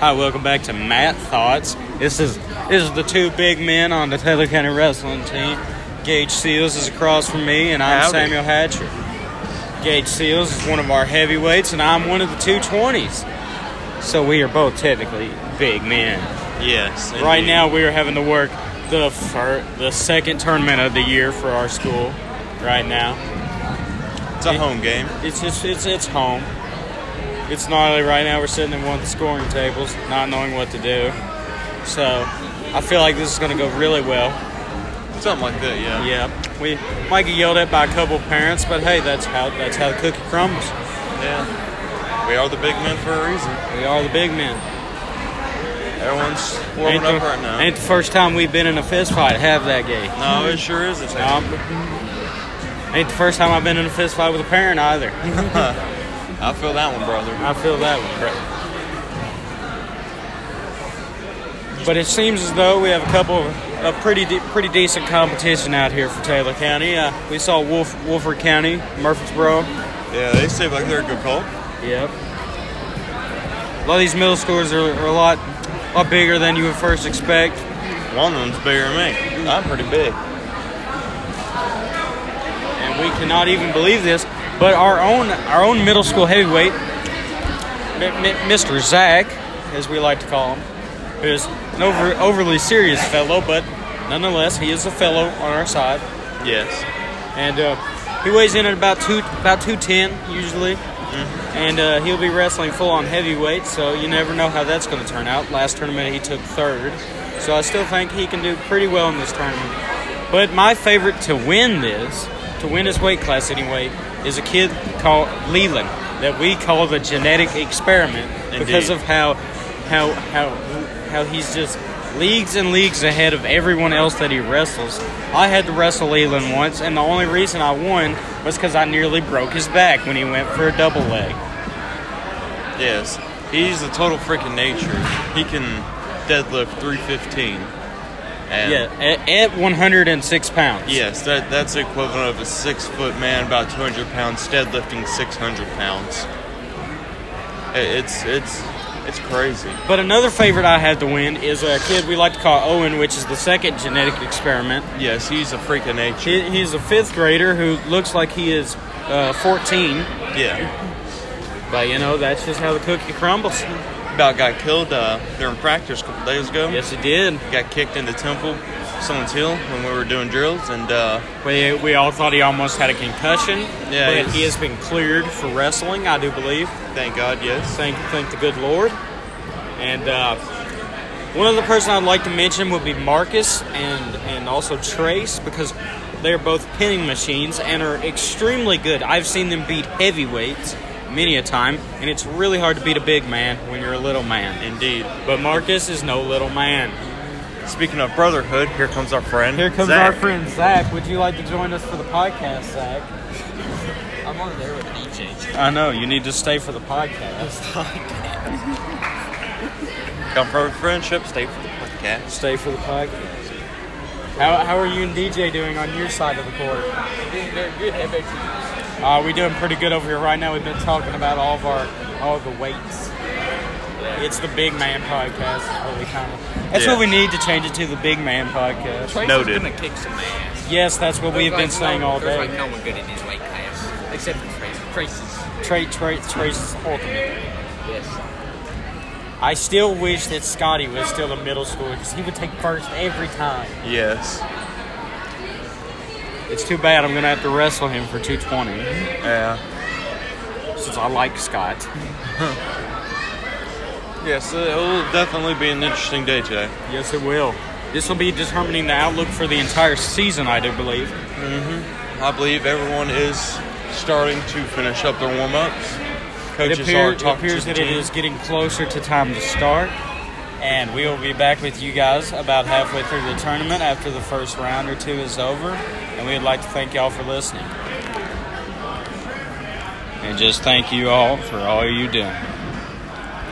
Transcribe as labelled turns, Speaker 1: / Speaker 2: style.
Speaker 1: Hi, welcome back to Matt Thoughts. This is this is the two big men on the Taylor County wrestling team. Gage Seals is across from me, and I'm
Speaker 2: Howdy.
Speaker 1: Samuel Hatcher. Gage Seals is one of our heavyweights, and I'm one of the 220s. So we are both technically big men.
Speaker 2: Yes.
Speaker 1: Right
Speaker 2: indeed.
Speaker 1: now, we are having to work the fir- the second tournament of the year for our school. Right now,
Speaker 2: it's a home game.
Speaker 1: it's it's it's, it's home. It's gnarly right now. We're sitting at one of the scoring tables, not knowing what to do. So, I feel like this is going to go really well.
Speaker 2: Something like that. Yeah.
Speaker 1: Yeah, we might get yelled at by a couple parents, but hey, that's how that's how the cookie crumbles.
Speaker 2: Yeah. We are the big men for a reason.
Speaker 1: We are the big men.
Speaker 2: Everyone's warming
Speaker 1: ain't the,
Speaker 2: up right now.
Speaker 1: Ain't the first time we've been in a fist fight. Have that gay.
Speaker 2: no, it sure is. It's
Speaker 1: Um, ain't the first time I've been in a fist fight with a parent either.
Speaker 2: I feel that one, brother.
Speaker 1: I feel that one, But it seems as though we have a couple of a pretty de- pretty decent competition out here for Taylor County. Uh, we saw Wolf Wolford County, Murfreesboro.
Speaker 2: Yeah, they seem like they're a good call.
Speaker 1: Yep. A lot of these middle schools are, are a lot a lot bigger than you would first expect.
Speaker 2: One of them's bigger than me. I'm pretty big.
Speaker 1: and we cannot even believe this, but our own our own middle school heavyweight, M- M- Mr. Zach, as we like to call him, who is an over, overly serious fellow, but nonetheless he is a fellow on our side,
Speaker 2: Yes.
Speaker 1: and uh, he weighs in at about two about two ten usually, and uh, he'll be wrestling full on heavyweight, so you never know how that's going to turn out. Last tournament he took third, so I still think he can do pretty well in this tournament. But my favorite to win this, to win his weight class anyway, is a kid called Leland that we call the genetic experiment because
Speaker 2: Indeed.
Speaker 1: of how how how how he's just leagues and leagues ahead of everyone else that he wrestles. I had to wrestle Leland once, and the only reason I won was because I nearly broke his back when he went for a double leg.
Speaker 2: Yes. He's a total freaking nature. He can deadlift 315. And
Speaker 1: Yeah, at, at 106 pounds.
Speaker 2: Yes, that, that's the equivalent of a six foot man, about 200 pounds, deadlifting 600 pounds. I- It's it's it's crazy.
Speaker 1: But another favorite I had to win is a kid we like to call Owen, which is the second genetic experiment.
Speaker 2: Yes, he's a freak of nature.
Speaker 1: He, he's a fifth grader who looks like he is uh, 14,
Speaker 2: Yeah,
Speaker 1: but you know, that's just how the cookie crumbles.
Speaker 2: about got killed uh, during practice a couple days ago.
Speaker 1: Yes, he did.
Speaker 2: Got kicked in the temple, someone's heel when we were doing drills, and uh,
Speaker 1: We, we all thought he almost had a concussion,
Speaker 2: Yeah,
Speaker 1: but
Speaker 2: he's-
Speaker 1: he has been cleared for wrestling, I do believe.
Speaker 2: thank God, yes.
Speaker 1: Thank, thank the good Lord. And uh, one other person I'd like to mention would be Marcus and, and also Trace because they're both pinning machines and are extremely good. I've seen them beat heavyweights many a time, and it's really hard to beat a big man when you're a little man.
Speaker 2: Indeed.
Speaker 1: But Marcus is no little man.
Speaker 2: Speaking of brotherhood, here comes our friend.
Speaker 1: Here comes
Speaker 2: Zach.
Speaker 1: our friend Zach. Would you like to join us for the podcast, Zach?
Speaker 3: I'm over there with an knee change.
Speaker 1: I know, you need to stay for the podcast.
Speaker 2: Come for friendship, stay for the podcast.
Speaker 1: Stay for the podcast. How, how are you and DJ doing on your side of the court?
Speaker 3: Doing very good. How about
Speaker 1: Uh, we're doing pretty good over here right now. We've been talking about all of our all the weights. It's the Big Man podcast. is what we kinda- That's what
Speaker 2: Yeah.
Speaker 1: we need to change it to the Big Man podcast.
Speaker 3: you?
Speaker 2: Noted.
Speaker 3: Trace is gonna kick some ass.
Speaker 1: Yes, that's what we've
Speaker 3: There's
Speaker 1: been
Speaker 3: like
Speaker 1: saying
Speaker 3: no,
Speaker 1: all
Speaker 3: there's
Speaker 1: day.
Speaker 3: like no one good in his weight class except for Trace. Trace is
Speaker 1: Trade, trade, trace ultimate.
Speaker 3: yes.
Speaker 1: I still wish that Scotty was still in middle school because he would take first every time.
Speaker 2: Yes.
Speaker 1: It's too bad I'm gonna have to wrestle him for 220
Speaker 2: Yeah.
Speaker 1: since I like Scott.
Speaker 2: Yes, it will definitely be an interesting day today.
Speaker 1: Yes, it will. This will be determining the outlook for the entire season, I do believe.
Speaker 2: I believe everyone is starting to finish up their warm ups.
Speaker 1: It,
Speaker 2: Coaches
Speaker 1: appear,
Speaker 2: are
Speaker 1: it
Speaker 2: talking
Speaker 1: appears
Speaker 2: to
Speaker 1: that
Speaker 2: the
Speaker 1: it
Speaker 2: team.
Speaker 1: is getting closer to time to start, and we will be back with you guys about halfway through the tournament after the first round or two is over. And we would like to thank y'all for listening, and just thank you all for all you do.